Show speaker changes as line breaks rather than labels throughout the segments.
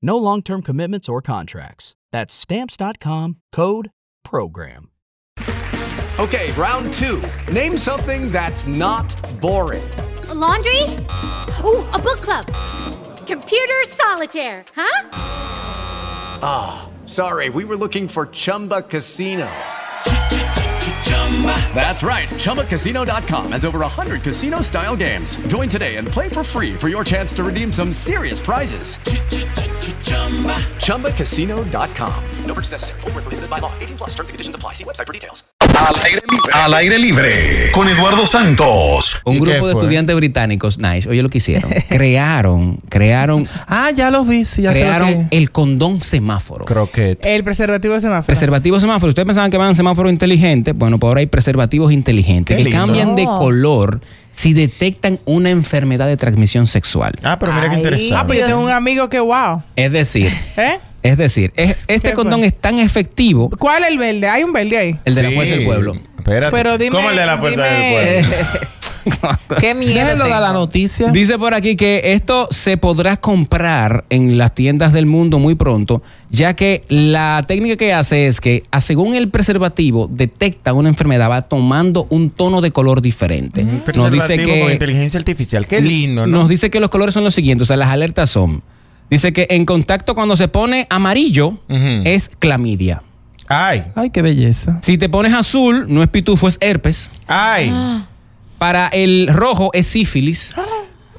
No long term commitments or contracts. That's Stamps.com code PROGRAM.
Okay, round two. Name something that's not boring.
A laundry? Ooh, a book club. Computer solitaire, huh?
Ah, oh, sorry, we were looking for Chumba Casino. That's right. ChumbaCasino.com has over 100 casino style games. Join today and play for free for your chance to redeem some serious prizes. ChumbaCasino.com. No purchase necessary. Forward, prohibited by law. 18 plus terms and conditions apply. See website for details.
Al aire libre. Al aire libre. Con Eduardo Santos.
Un grupo de estudiantes británicos, nice, oye lo que hicieron. crearon, crearon.
Ah, ya los vi, sí, ya sé lo
crearon
que-
el condón semáforo.
Croquet.
El preservativo de semáforo.
Preservativos semáforos. Ustedes pensaban que eran semáforos inteligentes. Bueno, pues ahora hay preservativos inteligentes
Qué
que
lindo.
cambian de
Oh.
color si detectan una enfermedad de transmisión sexual.
Ah, pero mira
Ay,
qué
Ah,
interesante.
pero yo tengo un amigo que, wow.
Es decir,
¿Eh?
es decir, es- este
¿Qué
condón
fue?
es tan efectivo,
¿Cuál es el verde? Hay un verde ahí.
el de la
Sí.
fuerza del pueblo.
Espérate.
Pero dime-
¿Cómo el de la fuerza
dime-
del pueblo?
Qué miedo.
Déjenlo dar la
tengo.
noticia.
Dice por aquí que esto se podrá comprar en las tiendas del mundo muy pronto, ya que la técnica que hace es que, a según el preservativo, detecta una enfermedad, va tomando un tono de color diferente. Nos dice
Mm, Preservativo con
que,
inteligencia artificial. Qué lindo, ¿no?
nos dice que los colores son los siguientes, o sea, las alertas son. Dice que en contacto cuando se pone amarillo
Ujú.
es clamidia.
Ay,
Ay, qué belleza.
Si te pones azul, no es pitufo, es herpes.
ay.
Ah. Para el rojo es sífilis.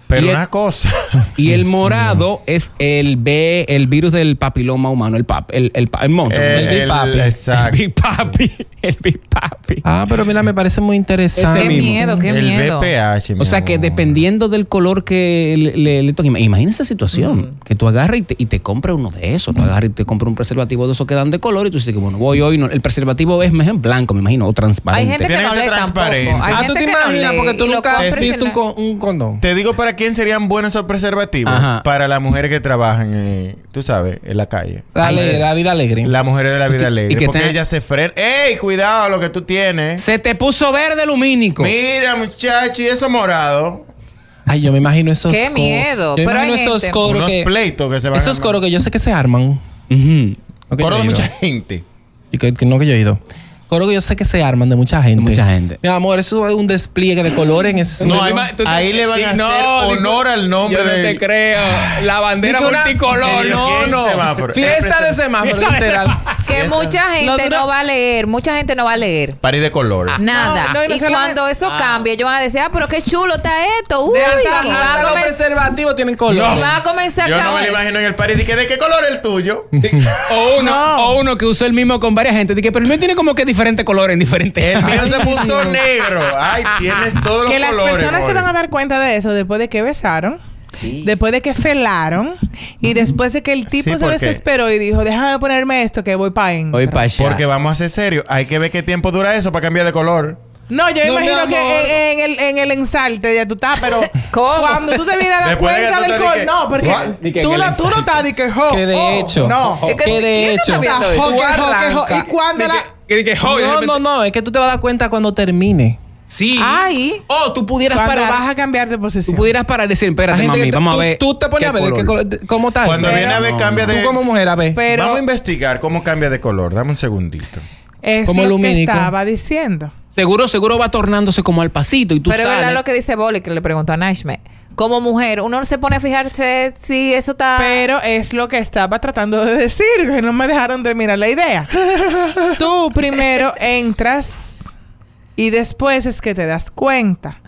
Pero
Y el-
una cosa.
Y el
Dios mío.
morado es el B, el virus del papiloma humano, el pap, el, el, pa- el monstruo,
Eh,
el, Big
el-
Papi.
exacto.
El Big Papi, el Big Papi.
Ah, pero mira, me parece muy interesante.
Qué miedo, qué
el
miedo.
BPH. mi
O sea que
amor.
dependiendo del color que le, le, le toque. Imagina esa
Mm.
situación. Que tú agarras y te, y te compras uno de esos. Tú agarras y te compras un preservativo de esos que dan de color. Y tú dices que bueno, voy hoy. no. El preservativo es más en blanco, me imagino, o transparente.
Hay gente que
Tiene
no
que ser
lee tampoco. Hay
transparente.
gente
Ah,
que no lee y lo compras en
existe
la-
condón. Te digo para quién serían buenos esos preservativos.
Ajá.
Para las mujeres que trabajan, eh, tú sabes, en la calle.
La alegre, la
vida alegre. Las mujeres de la vida alegre.
y que
porque
tenga-
ellas se frenan. ¡Ey, cuidado lo que tú tienes!
Se te puso verde lumínico.
Mira, muchacho, y eso morado.
Ay, yo me imagino esos.
Qué
co-
miedo,
Yo
pero
imagino
hay
esos
gente.
coros
Unos
que.
pleitos que se van
Esos
a-
coros que yo sé que se arman.
Ujú.
No que
Coro de
yo he ido.
mucha gente.
Y que, que no que yo he ido. Coros que yo sé que se arman de mucha gente.
mucha gente.
Mi amor, eso es un despliegue de colores en ese
No,
suelo.
ahí,
Di-
ahí le van a
no,
hacer
di-
honor al nombre
Yo no
de.
te creo. La bandera
di que una-
multicolor.
Dios,
No,
¿quién
no.
se va por-
Fiesta de semáforo, literal.
Que mucha gente no va a leer, mucha gente no va a leer.
París de color.
Nada.
No, no, y no
y
solamente-
cuando eso cambie, ellos van a decir, ah, pero qué chulo está esto.
De
Uy, y va
hasta
a
los
comenzar.
preservativos tienen color.
Y va a comenzar
Yo no
cabrón.
me lo imagino en el París. Dije, ¿de qué color el tuyo?
O uno, o uno que usó el mismo con varias gente. Dije, pero el mío tiene como que diferente color en diferentes.
El mío se puso negro. Ay, tienes todos los
Que las
colores.
personas se
boy.
van a dar cuenta de eso después de que besaron. Después de que felaron y después de que el tipo
Sí,
se
¿por qué?
desesperó y dijo, déjame ponerme esto que voy para adentro.
Hoy pa' allá.
Porque vamos a ser serios. Hay que ver qué tiempo dura eso para cambiar de color.
No, yo
No, mi
imagino
amor.
que en, en el, en el ensalte ya tú estás, pero
¿Cómo?
cuando tú te vienes a dar
Después de que
cuenta
tú
del
te
col,
dije,
no, porque
"What?"
Dije, en
tú,
el
no, tú no
ensalte.
estás de que jo,
Que de
oh,
hecho.
No.
Es que-
que de
¿quién está
hecho.
viendo
Tú
eso?
Jo, jo, jo, que jo.
arrancas.
Y cuando la...
Que dije, "Joder, de
No,
repente-
no, no. Es que tú te vas a dar cuenta cuando termine. Ah.
Sí.
Ay.
Oh,
O tú pudieras
Cuando
parar.
vas a cambiar de
Tú
posición.
pudieras parar y decir,
La
espérate, mami,
que tú-
vamos a
tú-
ver.
Tú te pones a ver de qué color- de- cómo está
Cuando
eso.
viene a ver,
no,
cambia
Ah, Tú
de.
Pues
como mujer a ver.
Pero
Vamos a investigar cómo cambia de color. Dame un segundito.
Es
Como
lo que
lumínico.
estaba diciendo.
Seguro, seguro va tornándose como al pasito y tú
Pero es verdad
sales.
lo que dice Boli, que le preguntó a Nashme. Como mujer, uno no se pone a fijarse si eso está.
Pero es lo que estaba tratando de decir, que no me dejaron terminar la idea. Tú primero entras y después es que te das cuenta.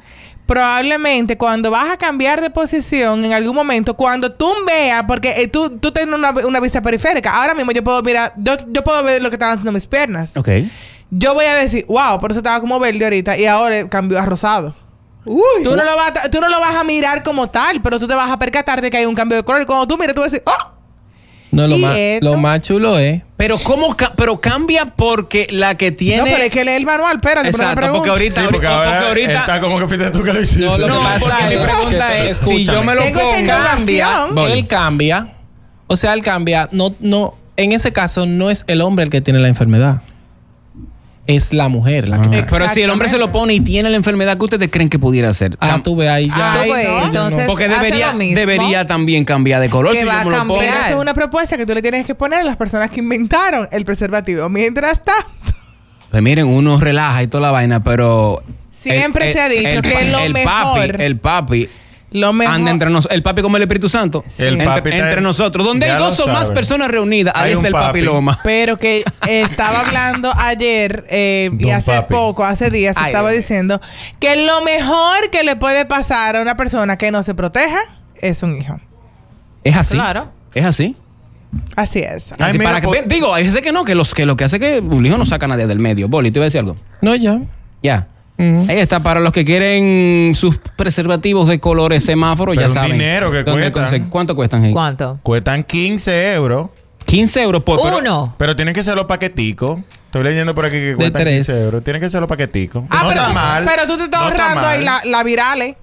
Probablemente cuando vas a cambiar de posición en algún momento, cuando tú veas, porque eh, tú, tú tienes una, una vista periférica, ahora mismo yo puedo mirar, yo, yo puedo ver lo que están haciendo mis piernas.
Ok.
Yo voy a decir, wow, por eso estaba como verde ahorita y ahora eh, cambió a rosado. Tú no, lo vas, a- tú no lo vas a mirar como tal, pero tú te vas a percatar de que hay un cambio de color. Y cuando tú miras, tú vas a decir, ¡oh!
No, lo
¿Y
más,
esto?
lo más chulo es.
Pero cómo ca- pero cambia porque la que tiene
No, pero hay que leer el manual, espérate, pero no me
Exacto, porque
preguntes.
ahorita,
Sí, porque
ahorita-
ahora
porque ahorita-
está como que fuiste tú que lo hiciste.
No, lo que
No,
pasa
porque mi
es
pregunta
que-
es,
si yo me lo
Tengo
pongo,
esta
cambia,
innovación.
él cambia. O sea, él cambia. No, no, en ese caso no es el hombre el que tiene la enfermedad. Es la mujer la
Eh,
que cambia.
Pero si el hombre se lo pone y tiene la enfermedad que ustedes creen que pudiera ser.
Ah,
Cam-
tú ve ahí ya.
Tú,
Ay,
pues,
no, yo no.
entonces
porque
hace
debería,
lo mismo.
debería también cambiar de color.
Que
si yo
va a
me lo pongo.
cambiar.
Pero eso es una propuesta que tú le tienes que poner a las personas que inventaron el preservativo. Mientras tanto,
Pues miren, uno relaja y toda la vaina, pero.
Siempre se ha dicho que
pa-
lo
el
mejor-
Papi, el papi.
lo mejor.
Anda entre nosotros. El papi como el Espíritu Santo.
El
entre,
papi está-
entre nosotros. Donde
ya
hay
lo
dos o más
saben.
personas reunidas, ahí
Hay
está
un
el
papi.
papiloma.
Pero que estaba hablando ayer eh, y
Don
hace
Papi.
poco, hace días,
Ay,
estaba
Dios mío.
diciendo que lo mejor que le puede pasar a una persona que no se proteja es un hijo.
Es así.
Claro.
Es así.
Así es.
Ay,
Así
mira, pues,
para que-
po-
ve- digo, hay gente que no, que, los, que lo que hace que un hijo no saca a nadie del medio. Boli, te iba a decir algo.
No, ya.
Ya.
Ujú.
Ahí está, para los que quieren sus preservativos de colores semáforos,
Pero
ya
un
saben.
dinero que
dónde
cuestan.
conse- ¿Cuánto cuestan? Henry?
¿Cuánto?
Cuestan 15 euros.
15 euros por... pero-
Uno.
Pero tienen que ser los paqueticos. Estoy leyendo por aquí que cuestan
tres.
15 euros. Tienen que ser los paqueticos.
Ah,
no
pero,
está
tú,
mal.
pero tú te estás
no está
ahorrando
mal.
ahí la, la viral, ¿eh?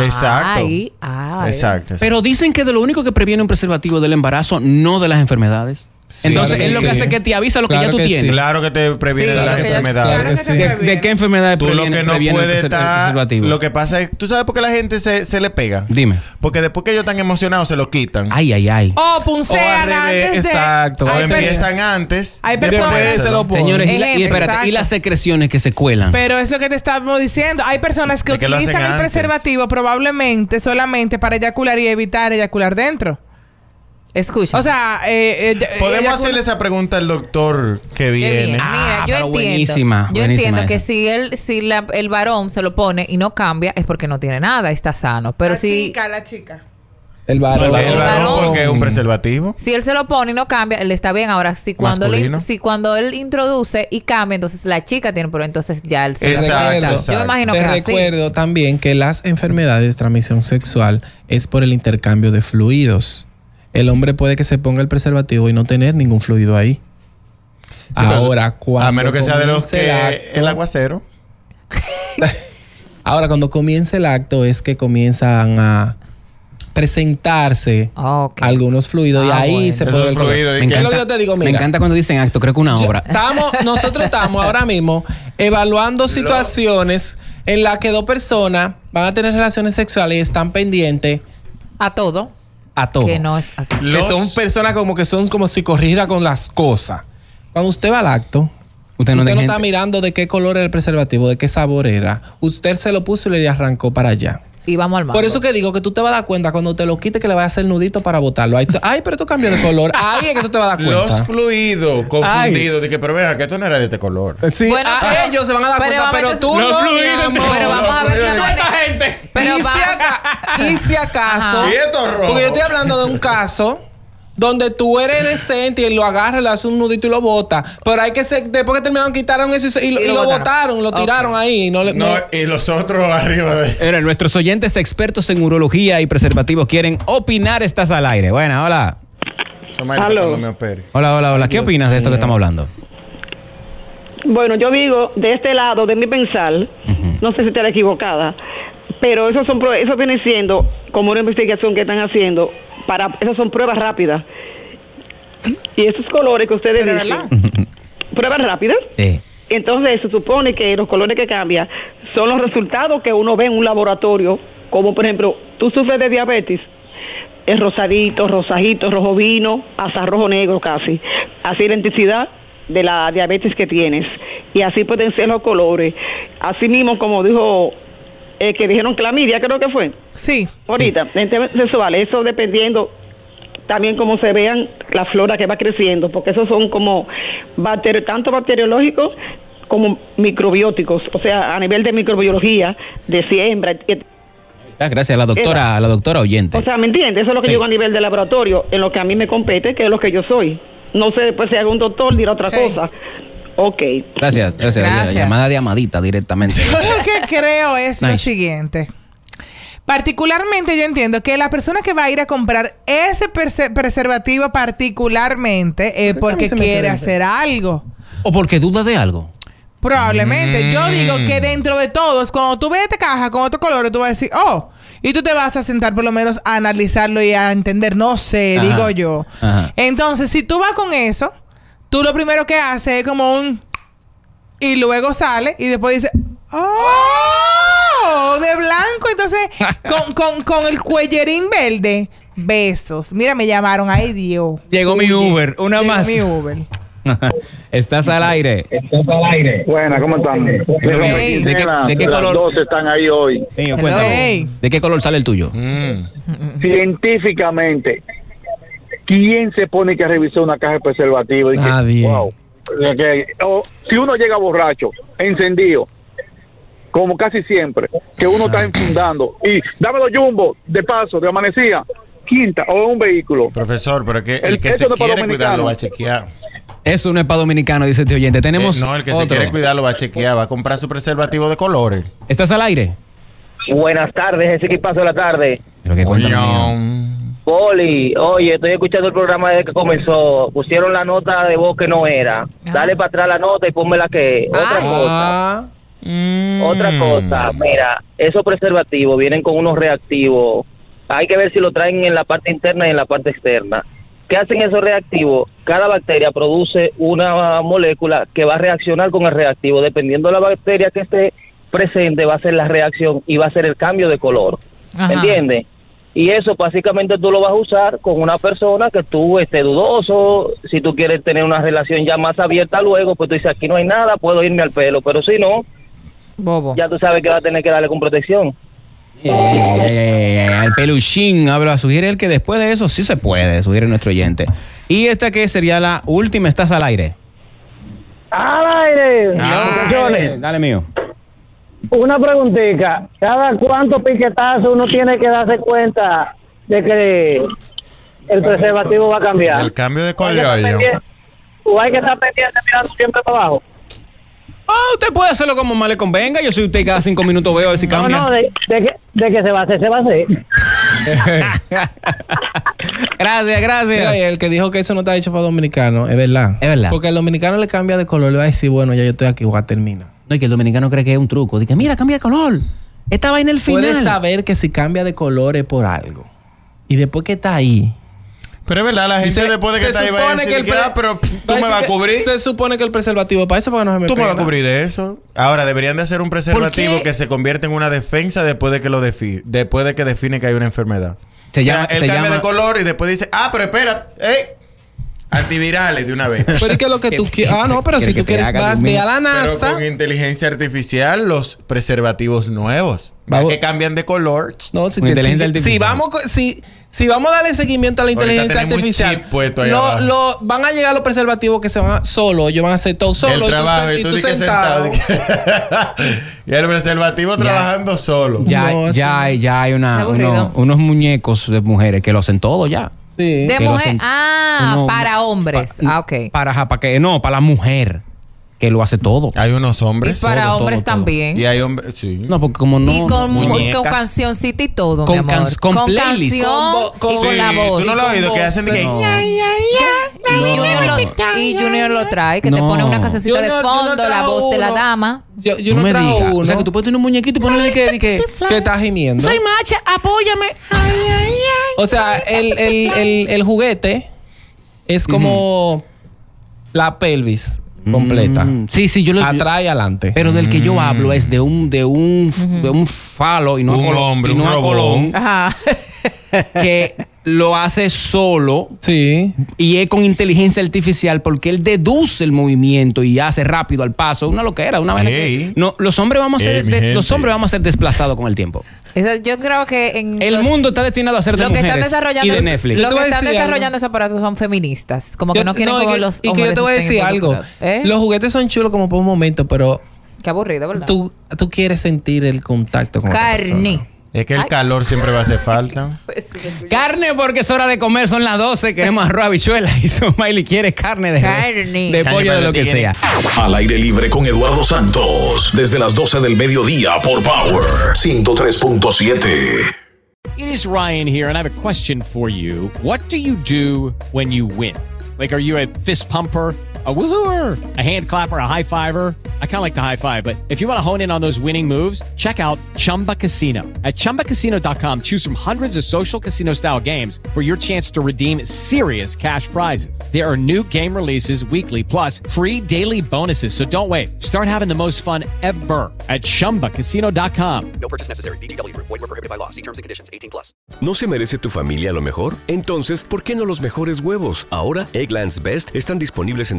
Exacto.
Ay, ay.
Exacto.
Pero dicen que de lo único que previene un preservativo del embarazo, no de las enfermedades.
Sí,
Entonces,
claro que
es lo que
sí.
hace que te avisa lo que ya
Claro
tú
que sí.
tienes.
Claro que te previene
Sí,
las
lo que yo-
enfermedades.
Claro que sí.
¿De, de qué enfermedades
Tú lo
previene,
que no
previene el
puede
preser-
estar.
preservativo?
Lo que pasa es. ¿Tú sabes por qué la gente se, se le pega?
Dime.
Porque después que ellos están emocionados, se los quitan.
Ay, ay, ay.
Oh,
O
O
puncean
al revés,
Oh, antes de...
exacto.
o
Ay, pero-
empiezan antes.
Hay
de
personas-
ponérselo.
Se lo
Señores, y, la- y
Ejemplo.
espérate, y
Exacto.
las secreciones que se cuelan.
Pero es lo que te estamos diciendo. Hay personas que,
De que lo hacen
utilizan el
antes.
preservativo probablemente solamente para eyacular y evitar eyacular dentro.
Escucha.
O sea, eh, eh, ya-
Podemos
eyacula-
hacerle esa pregunta al doctor que
Qué
viene.
bien. Mira,
Ah,
yo
pero
entiendo.
buenísima,
yo
buenísima
entiendo que
esa.
si el, si la- el varón se lo pone y no cambia, es porque no tiene nada, está sano.
Ah,
Pero
la
si,
chica, la chica.
El varón.
El
El
varón
varón.
porque es un preservativo.
si él se lo pone y no cambia, él está bien. Ahora, si cuando, él,
Masculino.
si cuando él introduce y cambia, entonces la chica tiene, pero entonces ya él se da
Exacto,
cuenta. Yo me
exacto.
imagino
Te
que es así.
recuerdo también que las enfermedades de transmisión sexual es por el intercambio de fluidos. El hombre puede que se ponga el preservativo y no tener ningún fluido ahí. ahora, cuando
A menos que sea de los
comience
que.
el acto-
El aguacero.
Ahora, cuando comienza el acto es que comienzan a presentarse
Ah, ok.
algunos fluidos y
Ah,
ahí
bueno.
se
Esos
puede el color.
fluidos, ¿y
¿Qué
qué?
es lo que yo te digo?
Me
Mira,
encanta cuando dicen acto, creo que una
yo-
obra.
estamos, nosotros estamos ahora mismo evaluando situaciones en las que dos personas van a tener relaciones sexuales y están pendientes
A todo,
a todo.
que no es así.
Que
Los-
son personas como que son como psicorrígidas con las cosas. Cuando usted va al acto,
Usted
usted
no
no,
de gente-
está mirando de qué color era el preservativo, de qué sabor era. Usted se lo puso y le arrancó para allá.
Y vamos al mar.
Por eso que digo que tú te vas a dar cuenta cuando te lo quite que le vas a hacer nudito para botarlo. Ahí tú- ay, pero tú cambias de color. Ahí es que tú te vas a dar cuenta.
Los fluidos confundidos. De que, pero vean, que esto no era de este color.
Sí,
Bueno,
a-
pero-
Ah, ellos se van a dar
pero
cuenta,
vamos,
pero tú no,
entonces-
mi amor.
Pero vamos a ver la manera. Pero
y, si
vamos a-
aca- y si acaso.
Ajá.
Y esto rojo.
Porque yo estoy hablando de un caso donde tú eres decente y él lo agarra, le hace un nudito y lo bota. Pero hay que ser. Después que terminaron, quitaron eso y, se- y lo,
Y lo
y lo
botaron.
botaron, lo
Ok.
tiraron ahí. y No, le-
Eh, No,
no-
y los otros arriba de.
Mira, nuestros oyentes expertos en urología y preservativos quieren opinar. Estás al aire. Bueno, hola.
Son más
Aló.
cuando me opere.
Hola, hola, hola. ¿Qué opinas de esto que estamos hablando?
Bueno, yo digo, de este lado, de mi pensar, no sé si estaré equivocada, pero eso, son, prue- eso viene siendo como una investigación que están haciendo, para esas son pruebas rápidas. Y esos colores que ustedes
Pero,
dicen,
¿verdad?
pruebas rápidas,
Eh,
entonces se supone que los colores que cambian son los resultados que uno ve en un laboratorio, como por ejemplo, tú sufres de diabetes, es rosadito, rosajito, rojo vino, hasta rojo negro casi, así lenticidad, de la diabetes que tienes. Y así pueden ser los colores. Así mismo, como dijo, eh, que dijeron clamidia, creo que fue.
Sí.
Ahorita, en temas sexuales, eso dependiendo también como se vean la flora que va creciendo, porque esos son como bacteri- tanto bacteriológicos como microbióticos, o sea, a nivel de microbiología, de siembra, et-
Ah, gracias a la doctora, a la doctora oyente.
o sea, ¿me entiendes? Eso es lo que yo digo a nivel de laboratorio, en lo que a mí me compete, que es lo que yo soy. No sé después si hago un doctor dirá otra cosa. Ok.
Gracias, gracias.
Gracias.
Llamada de Amadita directamente.
Yo lo que creo es lo
Nice.
siguiente. Particularmente yo entiendo que la persona que va a ir a comprar ese perse- preservativo particularmente es porque
se me
quiere
queda
hacer algo.
o porque duda de algo.
Probablemente. Yo
Mm.
digo que dentro de todos, cuando tú ves esta caja con otro color, tú vas a decir, oh, y tú te vas a sentar por lo menos a analizarlo y a entender, no sé,
Ajá.
digo yo.
Ajá.
Entonces, si tú vas con eso, tú lo primero que haces es como un... Y luego sale y después dice, oh, de blanco. Entonces, con, con, con el cuellerín verde, besos. Mira, me llamaron, ay Dios.
Llegó mi Uber, una
Llegó
más.
mi Uber.
Estás al aire.
Estás al aire. Buena, ¿cómo están?
¿De qué- de qué color?
Las dos están ahí hoy.
Niño, cuéntalo. ¿De qué color sale el tuyo?
Mm.
Científicamente, ¿quién se pone que revisar una caja de preservativo? Y que,
Ah,
Nadie.
wow. de que- o eh, si uno llega borracho, encendido, como casi siempre, que uno está enfundando y dámelo jumbo, de paso, de amanecía, quinta, o un vehículo.
Profesor, pero que el,
El-
que
eso
se
no es para
quiere cuidar lo
dominicanos.
va a chequear.
Eso no es para dominicano, dice este oyente. Tenemos.
Eh, no, el que se
otro.
quiere cuidar lo va a chequear. Va a comprar su preservativo de colores.
¿Estás al aire?
Buenas tardes, ese equipazo de la tarde.
Pero que cuéntame,
Coño.
Poli, oye, estoy escuchando el programa desde que comenzó. Pusieron la nota de voz que no era. Dale para atrás la nota y ponme la que. Otra
Ah.
cosa. Otra cosa,
Mm.
mira, esos preservativos vienen con unos reactivos. Hay que ver si lo traen en la parte interna y en la parte externa. ¿Qué hacen esos reactivos? Cada bacteria produce una molécula que va a reaccionar con el reactivo. Dependiendo de la bacteria que esté presente, va a ser la reacción y va a ser el cambio de color.
Ajá.
¿Entiendes? Y eso básicamente tú lo vas a usar con una persona que tú estés dudoso, si tú quieres tener una relación ya más abierta luego, pues tú dices, aquí no hay nada, puedo irme al pelo, pero si no, ya tú sabes que vas a tener que darle con protección.
Eh, el peluchín habla, sugiere el que después de eso sí se puede, sugiere nuestro oyente. Y esta que sería la última, estás al aire.
¡Al aire!
Ah.
Muchachones,
Dale mío.
Una preguntita. ¿Cada cuánto piquetazo uno tiene que darse cuenta de que el preservativo va a cambiar?
El cambio de
¿O hay que estar
color.
pendiente- ¿O hay que estar pendiente mirando siempre para abajo?
Ah, usted puede hacerlo como más le convenga. Yo soy usted cada cinco minutos veo a ver si
No,
cambia.
no, de, de que, de que se va a hacer, se va a hacer.
gracias, gracias.
Mira, y el que dijo que eso no está hecho para dominicanos, es verdad. Es
verdad.
Porque el dominicano le cambia de color, le va a decir, bueno, ya yo estoy aquí, voy a terminar.
No, y que el dominicano cree que es un truco. Dice, mira, cambia de color. Esta vaina el final.
Puedes saber que si cambia de color es por algo. Y después que está ahí.
Pero es verdad, la gente después de que está ahí va a decir que,
pre-
"Ah, pero, pff, tú
va a
me
decir
vas a
que-
cubrir".
Se supone que el preservativo es para eso, para que no se me
Tú me
pega
vas a
nada.
cubrir de eso. Ahora, deberían de hacer un preservativo que se convierta en una defensa después de que lo defi después de que define que hay una enfermedad.
Se
O sea,
llama-
él
se
cambia
llama-
de color y después dice, ah, pero espera, eh, antivirales de una vez.
Pero es que lo que tú quieras. Ah, no, pero si tú quieres, vas de a
Pero
la NASA.
con inteligencia artificial, los preservativos nuevos. Ya que cambian de color.
No, si, te- Eh, si- si vamos, co- si, si vamos a darle seguimiento a la
Ahorita
inteligencia
tenemos un
artificial,
chip puesto ahí
lo-
abajo.
lo- van a llegar los preservativos que se van a, solo, ellos van a hacer todo solo.
el
tú
trabajo
sen-
y tú, di que sentado. y el preservativo trabajando solo.
Ya, ya, hay- ya hay una,
Está aburrido.
uno- unos muñecos de mujeres que lo hacen todo ya.
Sí.
De
Que lo
mujer.
hacen-
Ah,
uno-
para hombres. ah, ok.
Mm. Para, ajá, para que, no, para la mujer que lo hace todo.
Hay unos hombres.
Y para hombres también.
Y hay hombres, sí.
No, porque como no.
y con, y con
muñecas.
cancioncita y todo, mi
Con
amor.
can- con playlist.
canción
Con
y
vo-
con
con-
la
Sí,
voz.
tú no lo has oído, que hacen de que- No. Ya,
Y,
No.
Junior lo, y Junior lo trae, que te
No.
pone una casecita de
Junior-
fondo,
Junior
la
trajo
voz de la
uno.
dama.
Yo, yo
No
no,
me
trago
diga.
uno.
O sea, que tú puedes tener un muñequito y ponerle de que, de que
te estás gimiendo.
macha, apóyame.
O sea, el, el, el, el juguete es como la pelvis completa.
Mm.
Sí, sí, yo lo
Atrás y adelante.
Pero del que yo hablo es de un de un de un falo y no a
Un
Colón,
hombre,
y
un
no a
robot.
Colón.
Ajá.
que lo hace solo y es con inteligencia artificial porque él deduce el movimiento y hace rápido al paso. Una loquera, una vaina que-
Ey.
No, los hombres vamos a
Ey,
ser
mi
de-
gente.
los hombres vamos a ser desplazados con el tiempo.
Eso- yo creo que en
El
los-
mundo está destinado a ser de
lo que están
mujeres y
desarrollando
de Netflix.
lo que están desarrollando esos aparatos son feministas como que
Yo-
no quieren
no, y
como
que-
los
Y que yo
hombres
te voy a
estén
decir algo.
involucrados. ¿Eh?
Los juguetes son chulos como por un momento, pero
qué aburrido verdad
tú, tú quieres sentir el contacto con otra persona.
carne
Es que
Ay.
el calor siempre va a hacer falta.
Carne porque es hora de comer, son las 12, queremos arroz habichuela y Somaili quiere carne de res,
Carne.
de pollo, de lo que sea.
Al aire libre con Eduardo Santos. Desde las 12 del mediodía por Power 103.7.
It is Ryan here, and I have a question for you. What do you do when you win? Like, are you a fist pumper? A woohooer, a hand clapper, a high fiver. I kind of like the high five, but if you want to hone in on those winning moves, check out Chumba Casino. At chumbacasino.com, choose from hundreds of social casino style games for your chance to redeem serious cash prizes. There are new game releases weekly, plus free daily bonuses. So don't wait. Start having the most fun ever at chumbacasino.com.
No purchase necessary. BGW. Void were prohibited by law. See terms and conditions. 18 plus.
¿No se merece tu familia lo mejor? Entonces, ¿por qué no los mejores huevos? Ahora, Egglands Best están disponibles en